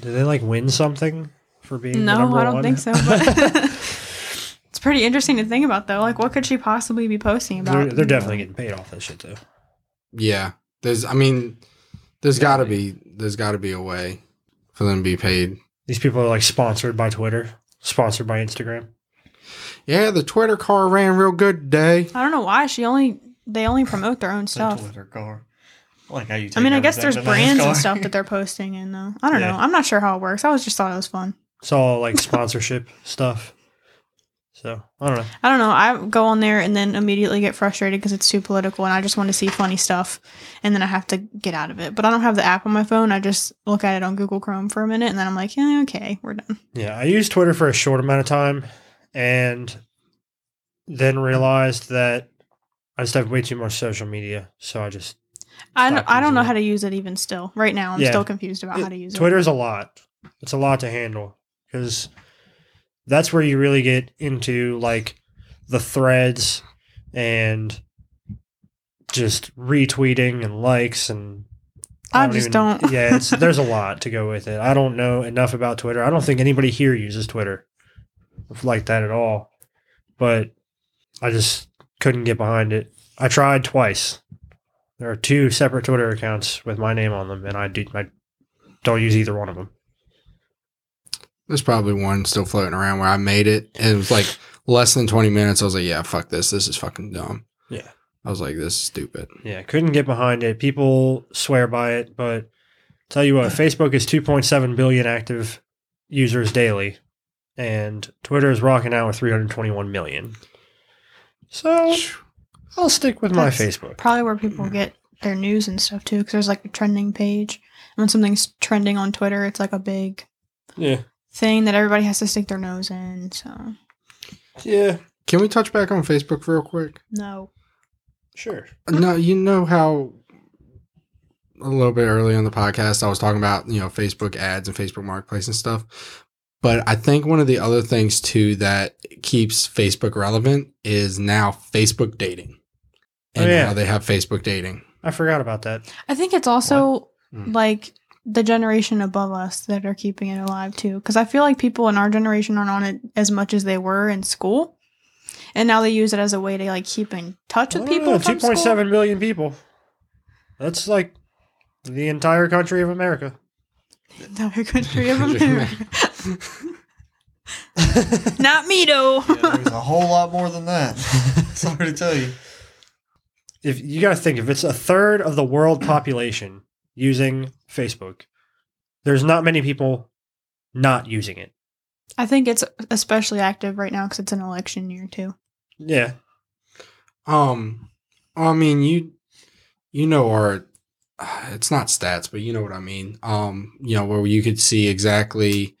Speaker 3: Did they like win something for being the
Speaker 2: No,
Speaker 3: number
Speaker 2: I don't
Speaker 3: one?
Speaker 2: think so. But it's pretty interesting to think about, though. Like, what could she possibly be posting about?
Speaker 3: They're, they're definitely getting paid off that shit though.
Speaker 1: Yeah. There's. I mean, there's gotta be. There's gotta be a way for them to be paid.
Speaker 3: These people are like sponsored by Twitter, sponsored by Instagram.
Speaker 1: Yeah, the Twitter car ran real good today.
Speaker 2: I don't know why she only they only promote their own stuff.
Speaker 4: Twitter car. I Like how you
Speaker 2: I mean, I guess
Speaker 4: everything
Speaker 2: there's
Speaker 4: to the next
Speaker 2: brands
Speaker 4: car.
Speaker 2: and stuff that they're posting in, though. I don't
Speaker 3: Yeah.
Speaker 2: know. I'm not sure how it works. I was just thought it was fun.
Speaker 3: It's all like sponsorship stuff. So I don't know.
Speaker 2: I don't know. I go on there and then immediately get frustrated because it's too political and I just want to see funny stuff. And then I have to get out of it. But I don't have the app on my phone. I just look at it on Google Chrome for a minute and then I'm like, yeah, okay, we're done.
Speaker 3: Yeah, I used Twitter for a short amount of time, and then realized that I just have way too much social media. So I just
Speaker 2: I don't,
Speaker 3: Stop
Speaker 2: I don't know
Speaker 3: using it.
Speaker 2: how to use it even still. Right now, I'm
Speaker 3: Yeah.
Speaker 2: still confused about how to use
Speaker 3: Twitter's a lot. It's a lot to handle because that's where you really get into like the threads and just retweeting and likes and
Speaker 2: I just don't.
Speaker 3: yeah, it's, there's a lot to go with it. I don't know enough about Twitter. I don't think anybody here uses Twitter like that at all. But I just couldn't get behind it. I tried twice. There are two separate Twitter accounts with my name on them, and I do I don't use either one of them.
Speaker 1: There's probably one still floating around where I made it, and it was like less than 20 minutes. I was like, yeah, fuck this. This is fucking dumb.
Speaker 3: Yeah.
Speaker 1: I was like, this is stupid.
Speaker 3: Yeah, couldn't get behind it. People swear by it, but tell you what, Facebook is 2.7 billion active users daily, and Twitter is rocking out with 321 million. So I'll stick with my
Speaker 2: That's-
Speaker 3: Facebook.
Speaker 2: Probably where people get their news and stuff too because there's like a trending page. And when something's trending on Twitter, it's like a big
Speaker 3: Yeah,
Speaker 2: thing that everybody has to stick their nose in. So,
Speaker 3: yeah,
Speaker 1: Can we touch back on Facebook real quick?
Speaker 2: no.
Speaker 3: sure.
Speaker 1: No, you know how a little bit earlier in the podcast I was talking about, you know, Facebook ads and Facebook marketplace and stuff. But I think one of the other things too that keeps Facebook relevant is now Facebook dating.
Speaker 3: Oh,
Speaker 1: And
Speaker 3: yeah.
Speaker 1: now they have Facebook dating.
Speaker 3: I forgot about that.
Speaker 2: I think it's also
Speaker 1: Mm.
Speaker 2: like the generation above us that are keeping it alive too. Because I feel like people in our generation aren't on it as much as they were in school, and now they use it as a way to like keep in touch with people. from
Speaker 3: two Oh, point
Speaker 2: school.
Speaker 3: seven million people. That's like the entire country of America.
Speaker 2: Entire country of
Speaker 1: Country of
Speaker 2: America. Not me though.
Speaker 4: Yeah, there's a whole lot more than that. Sorry to tell you.
Speaker 3: if you got to think if it's a third of the world population using Facebook, there's not many people not using it.
Speaker 2: I think it's especially active right now because it's an election year too.
Speaker 3: Yeah,
Speaker 1: Um I mean you you know our uh, it's not stats, but you know what I mean. Um, you know, where you could see exactly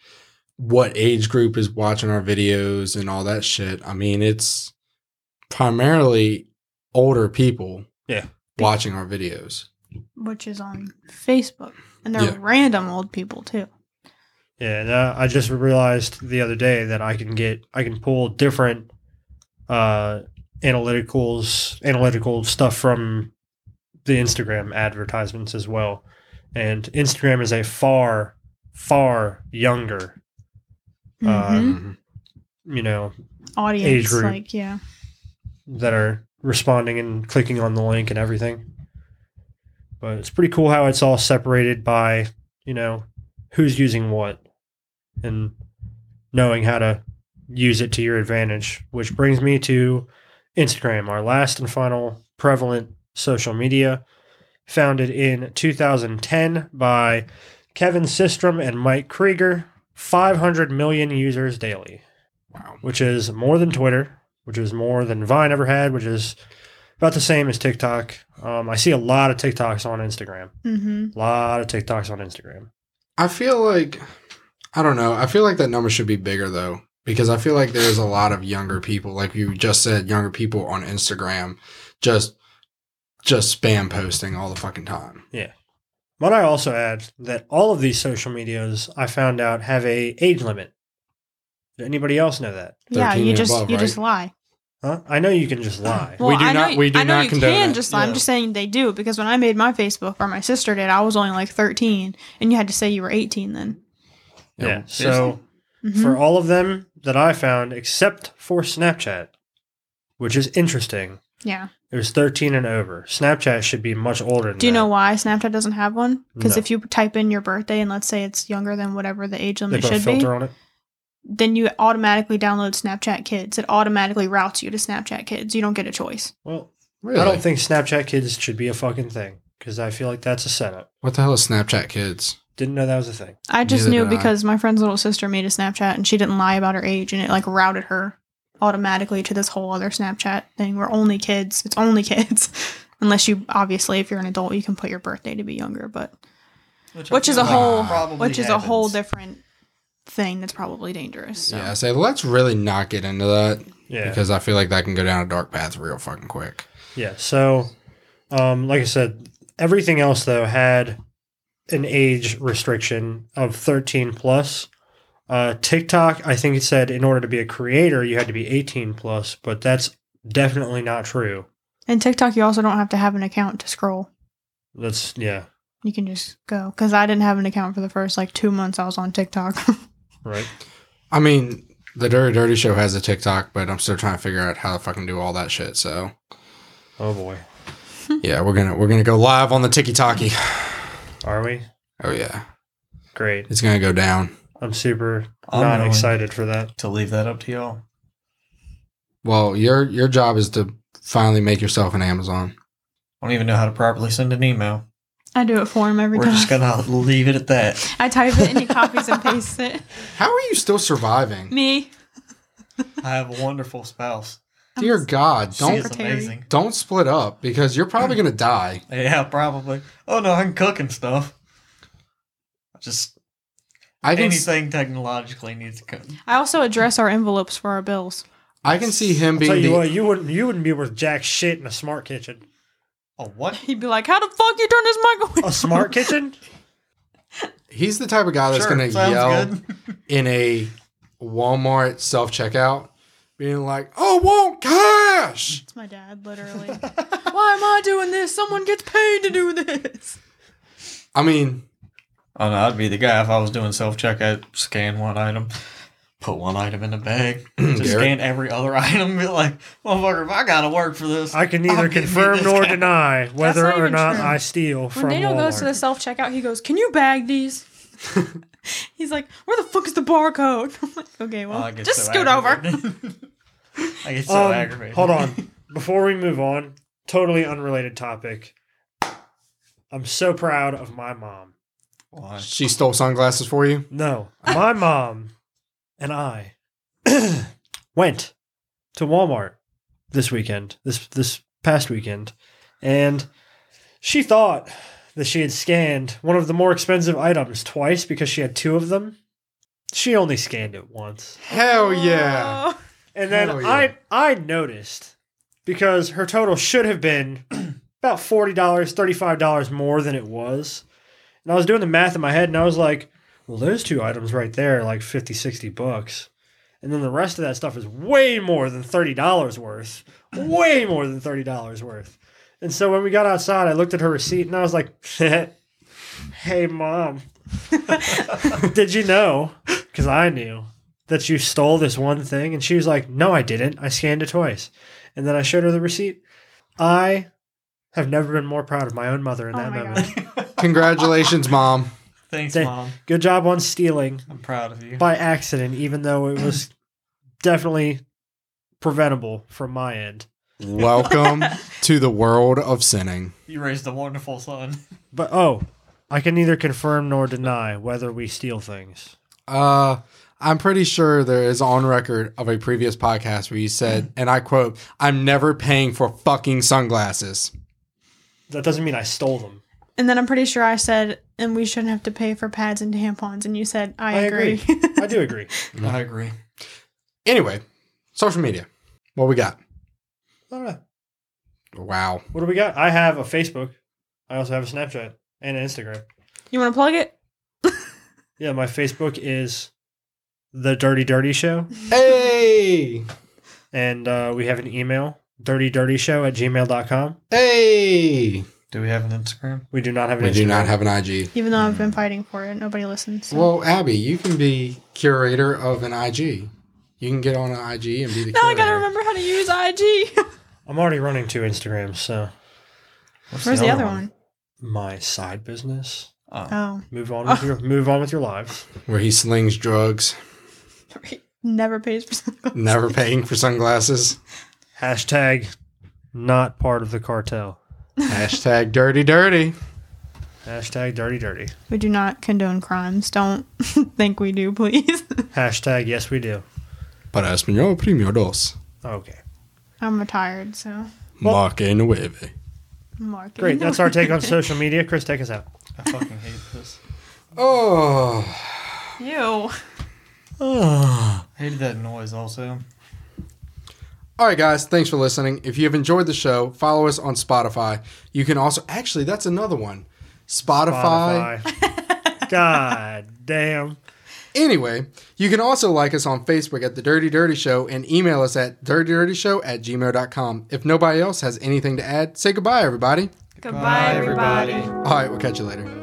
Speaker 1: what age group is watching our videos and all that shit. I mean, it's primarily older people
Speaker 3: Yeah.
Speaker 1: watching our videos.
Speaker 2: which is on Facebook, and they're
Speaker 1: Yeah.
Speaker 2: random old people too.
Speaker 3: Yeah, and uh, I just realized the other day that I can get I can pull different uh analyticals analytical stuff from the Instagram advertisements as well. And Instagram is a far far younger, um,
Speaker 2: Mhm.
Speaker 1: Mhm.
Speaker 3: you know,
Speaker 2: Audience,
Speaker 3: Uh, group.
Speaker 2: like yeah,
Speaker 3: that are responding and clicking on the link and everything. But it's pretty cool how it's all separated by, you know, who's using what and knowing how to use it to your advantage, which brings me to Instagram, our last and final prevalent social media, founded in 2010 by Kevin Systrom and Mike Krieger, 500 million users daily
Speaker 1: Wow.
Speaker 3: which is more than Twitter, which is more than Vine ever had, which is about the same as TikTok. Um, I see a lot of TikToks on Instagram.
Speaker 2: hmm
Speaker 3: A lot of TikToks on Instagram.
Speaker 1: I feel like I don't know. I feel like that number should be bigger though, because I feel like there's a lot of younger people, like you just said, younger people on Instagram, just just spam posting all the fucking time.
Speaker 3: Might I also add that all of these social medias I found out have a age limit. Did anybody else know that?
Speaker 2: yeah.
Speaker 1: 13
Speaker 2: You
Speaker 1: and
Speaker 2: just
Speaker 1: above,
Speaker 2: you
Speaker 1: right?
Speaker 2: just lie.
Speaker 3: Huh? I know you can just lie.
Speaker 1: We do
Speaker 2: I
Speaker 1: not-
Speaker 2: Know,
Speaker 1: we do
Speaker 2: I know
Speaker 1: not
Speaker 2: you
Speaker 1: condone
Speaker 2: can
Speaker 1: that.
Speaker 2: just.
Speaker 4: Yeah.
Speaker 2: I'm just saying they do because when I made my Facebook or my sister did, I was only like 13, and you had to say you were 18 then.
Speaker 1: Yeah.
Speaker 3: yeah.
Speaker 4: Seriously?
Speaker 3: So
Speaker 2: Mhm.
Speaker 3: for all of them that I found, except for Snapchat, which is interesting,
Speaker 2: yeah.
Speaker 3: it was 13 and over. Snapchat should be much older than
Speaker 2: Do you
Speaker 3: that.
Speaker 2: know why Snapchat doesn't have one? Because
Speaker 3: No.
Speaker 2: if you type in your birthday and let's say it's younger than whatever the age
Speaker 3: They
Speaker 2: limit
Speaker 3: put a
Speaker 2: should be,
Speaker 3: filter on it.
Speaker 2: then you automatically download Snapchat Kids. It automatically routes you to Snapchat Kids. You don't get a choice.
Speaker 3: Well,
Speaker 1: Really?
Speaker 3: I don't think Snapchat Kids should be a fucking thing because I feel like that's a setup.
Speaker 1: what the hell is Snapchat kids?
Speaker 3: Didn't know that was a thing.
Speaker 2: I just
Speaker 1: Neither
Speaker 2: knew
Speaker 1: did I.
Speaker 2: because my friend's little sister made a Snapchat and she didn't lie about her age and it like routed her automatically to this whole other Snapchat thing where only kids, it's only kids. Unless you obviously if you're an adult you can put your birthday to be younger, but
Speaker 4: I
Speaker 2: Which is
Speaker 4: feel
Speaker 1: a whole-
Speaker 4: probably
Speaker 2: which is a whole
Speaker 4: happens.
Speaker 2: different thing that's probably dangerous. So.
Speaker 1: Yeah, I say let's really not get into that
Speaker 3: Yeah.
Speaker 1: because I feel like that can go down a dark path real fucking quick.
Speaker 3: yeah. So, um, like I said, everything else though had an age restriction of 13 plus. Uh, TikTok, I think it said in order to be a creator, you had to be 18 plus, but that's definitely not true.
Speaker 2: And TikTok, you also don't have to have an account to scroll.
Speaker 3: That's, yeah,
Speaker 2: You can just go. Because I didn't have an account for the first like two months I was on TikTok.
Speaker 3: right.
Speaker 1: I mean, the Dirty Dirty Show has a TikTok, but I'm still trying to figure out how to fucking do all that shit. So
Speaker 3: Oh boy.
Speaker 1: yeah, we're gonna we're gonna go live on the Tiki Taki.
Speaker 3: Are we?
Speaker 1: Oh yeah,
Speaker 3: Great.
Speaker 1: it's gonna go down.
Speaker 3: I'm super
Speaker 4: I'm
Speaker 3: not
Speaker 4: going
Speaker 3: excited for that.
Speaker 4: To leave that up to y'all.
Speaker 1: Well, your your job is to finally make yourself an Amazon.
Speaker 4: I don't even know how to properly send an email.
Speaker 2: I do it for him every
Speaker 4: We're
Speaker 2: time.
Speaker 4: just gonna leave it at that.
Speaker 2: I type it and he copies and pastes it.
Speaker 1: How are you still surviving?
Speaker 2: Me.
Speaker 4: I have a wonderful spouse.
Speaker 2: I'm
Speaker 1: Dear
Speaker 2: s-
Speaker 1: God,
Speaker 4: She
Speaker 1: don't
Speaker 4: is
Speaker 2: Secretary.
Speaker 4: amazing.
Speaker 1: don't split up because you're probably gonna die.
Speaker 4: Yeah, probably. Oh no, I can cook and stuff. Just
Speaker 1: I can s-
Speaker 4: anything technologically needs to come.
Speaker 2: I also address our envelopes for our bills.
Speaker 1: I can see him
Speaker 3: I'll tell
Speaker 1: being
Speaker 3: you
Speaker 1: the
Speaker 3: what, you wouldn't you wouldn't be worth jack shit in a smart kitchen.
Speaker 4: Oh what?
Speaker 2: He'd be like, How the fuck you turn this microwave?
Speaker 3: A smart kitchen?
Speaker 1: he's the type of guy that's
Speaker 4: Sure,
Speaker 1: gonna
Speaker 4: sounds
Speaker 1: yell
Speaker 4: good.
Speaker 1: in a Walmart self checkout, being like, "I want cash."
Speaker 2: It's my dad, literally. Why am I doing this? Someone gets paid to do this.
Speaker 1: I mean,
Speaker 4: Oh no, I'd be the guy if I was doing self checkout. Scan one item, put one item in a bag, just
Speaker 1: Garrett?
Speaker 4: scan every other item. and Be like, motherfucker, if I gotta work for this,
Speaker 3: I can
Speaker 4: I'll
Speaker 3: neither
Speaker 4: give you
Speaker 3: confirm
Speaker 4: this
Speaker 3: nor
Speaker 4: guy.
Speaker 3: deny whether
Speaker 2: not
Speaker 3: or
Speaker 2: even
Speaker 3: not
Speaker 2: true.
Speaker 3: I steal
Speaker 2: When
Speaker 3: from
Speaker 2: Daniel goes to the
Speaker 3: Walmart.
Speaker 2: self checkout, he goes, Can you bag these? He's like, Where the fuck is the barcode? I'm like, Okay,
Speaker 4: Oh,
Speaker 2: well,
Speaker 4: I get
Speaker 2: just
Speaker 4: so
Speaker 2: scoot over.
Speaker 4: aggravated. I get so
Speaker 3: Um,
Speaker 4: aggravated.
Speaker 3: hold on. Before we move on, totally unrelated topic. I'm so proud of my mom.
Speaker 4: Why?
Speaker 1: she stole sunglasses for you.
Speaker 3: No, my mom and I went to Walmart this weekend, this this past weekend, and she thought that she had scanned one of the more expensive items twice because she had two of them. She only scanned it once.
Speaker 1: Hell yeah.
Speaker 2: Oh.
Speaker 3: And then
Speaker 1: Hell yeah.
Speaker 3: I I noticed because her total should have been about forty dollars, thirty five dollars more than it was. And I was doing the math in my head and I was like, well, those two items right there are like 50, 60 bucks. And then the rest of that stuff is way more than thirty dollars worth. Way more than thirty dollars worth. And so when we got outside, I looked at her receipt and I was like, Hey mom. Did you know? Because I knew that you stole this one thing? And she was like, No, I didn't. I scanned it twice. And then I showed her the receipt. I have never been more proud of my own mother in
Speaker 2: Oh
Speaker 3: that
Speaker 2: my
Speaker 3: moment.
Speaker 1: Congratulations, mom.
Speaker 4: Thanks,
Speaker 3: Say-
Speaker 4: mom.
Speaker 3: Good job on stealing
Speaker 4: I'm proud of you.
Speaker 3: by accident, even though it was definitely preventable from my end.
Speaker 1: Welcome to the world of sinning.
Speaker 4: You raised a wonderful son.
Speaker 3: But oh, I can neither confirm nor deny whether we steal things.
Speaker 1: Uh, I'm pretty sure there is on record of a previous podcast where you
Speaker 2: Mm.
Speaker 1: said, and I quote, I'm never paying for fucking sunglasses.
Speaker 3: That doesn't mean I stole them.
Speaker 2: And then I'm pretty sure I said, and we shouldn't have to pay for pads and tampons. And you said, I,
Speaker 3: I
Speaker 2: agree.
Speaker 3: agree. I do agree.
Speaker 4: I agree.
Speaker 1: Anyway, social media. What we got?
Speaker 3: I don't know.
Speaker 1: Wow.
Speaker 3: What do we got? I have a Facebook. I also have a Snapchat and an Instagram.
Speaker 2: you want to plug it?
Speaker 3: Yeah, my Facebook is the Dirty Dirty Show,
Speaker 1: Hey.
Speaker 3: and uh, we have an email, dirty dirty show at gmail.com.
Speaker 1: Hey.
Speaker 4: Do we have an Instagram?
Speaker 3: We do not have an
Speaker 1: We do not
Speaker 3: Instagram.
Speaker 1: have an IG.
Speaker 2: Even though I've been fighting for it, nobody listens. so.
Speaker 1: Well, Abby, you can be curator of an IG. You can get on an IG and be the
Speaker 2: now I
Speaker 1: curator.
Speaker 2: gotta remember how to use IG.
Speaker 3: I'm already running two Instagrams, so
Speaker 4: What's
Speaker 2: Where's the other one?
Speaker 3: my side business.
Speaker 4: Oh.
Speaker 2: Oh,
Speaker 3: Move on
Speaker 1: Ah.
Speaker 3: with your move on with your lives.
Speaker 1: Where he slings drugs,
Speaker 2: he never pays for sunglasses.
Speaker 1: never paying for sunglasses.
Speaker 3: Hashtag not part of the cartel.
Speaker 1: Hashtag dirty dirty.
Speaker 3: Hashtag dirty dirty.
Speaker 2: We do not condone crimes. Don't think we do, please.
Speaker 3: Hashtag yes we do.
Speaker 1: Para español primero dos.
Speaker 3: Okay.
Speaker 2: I'm retired, so
Speaker 3: Well-
Speaker 1: Marque nueve.
Speaker 2: mark it.
Speaker 3: Great. That's our take on social media. Chris, take us out.
Speaker 4: I fucking hate this.
Speaker 1: Oh.
Speaker 2: Ew.
Speaker 4: I hated that noise also.
Speaker 1: All right, guys. Thanks for listening. If you have enjoyed the show, follow us on Spotify. You can also, actually, that's another one. Spotify.
Speaker 3: Spotify. God damn.
Speaker 1: Anyway, you can also like us on Facebook at The Dirty Dirty Show and email us at dirtydirtyshow at gmail.com. If nobody else has anything to add, say goodbye, everybody.
Speaker 2: Goodbye,
Speaker 4: everybody.
Speaker 2: everybody.
Speaker 1: All right, we'll catch you later.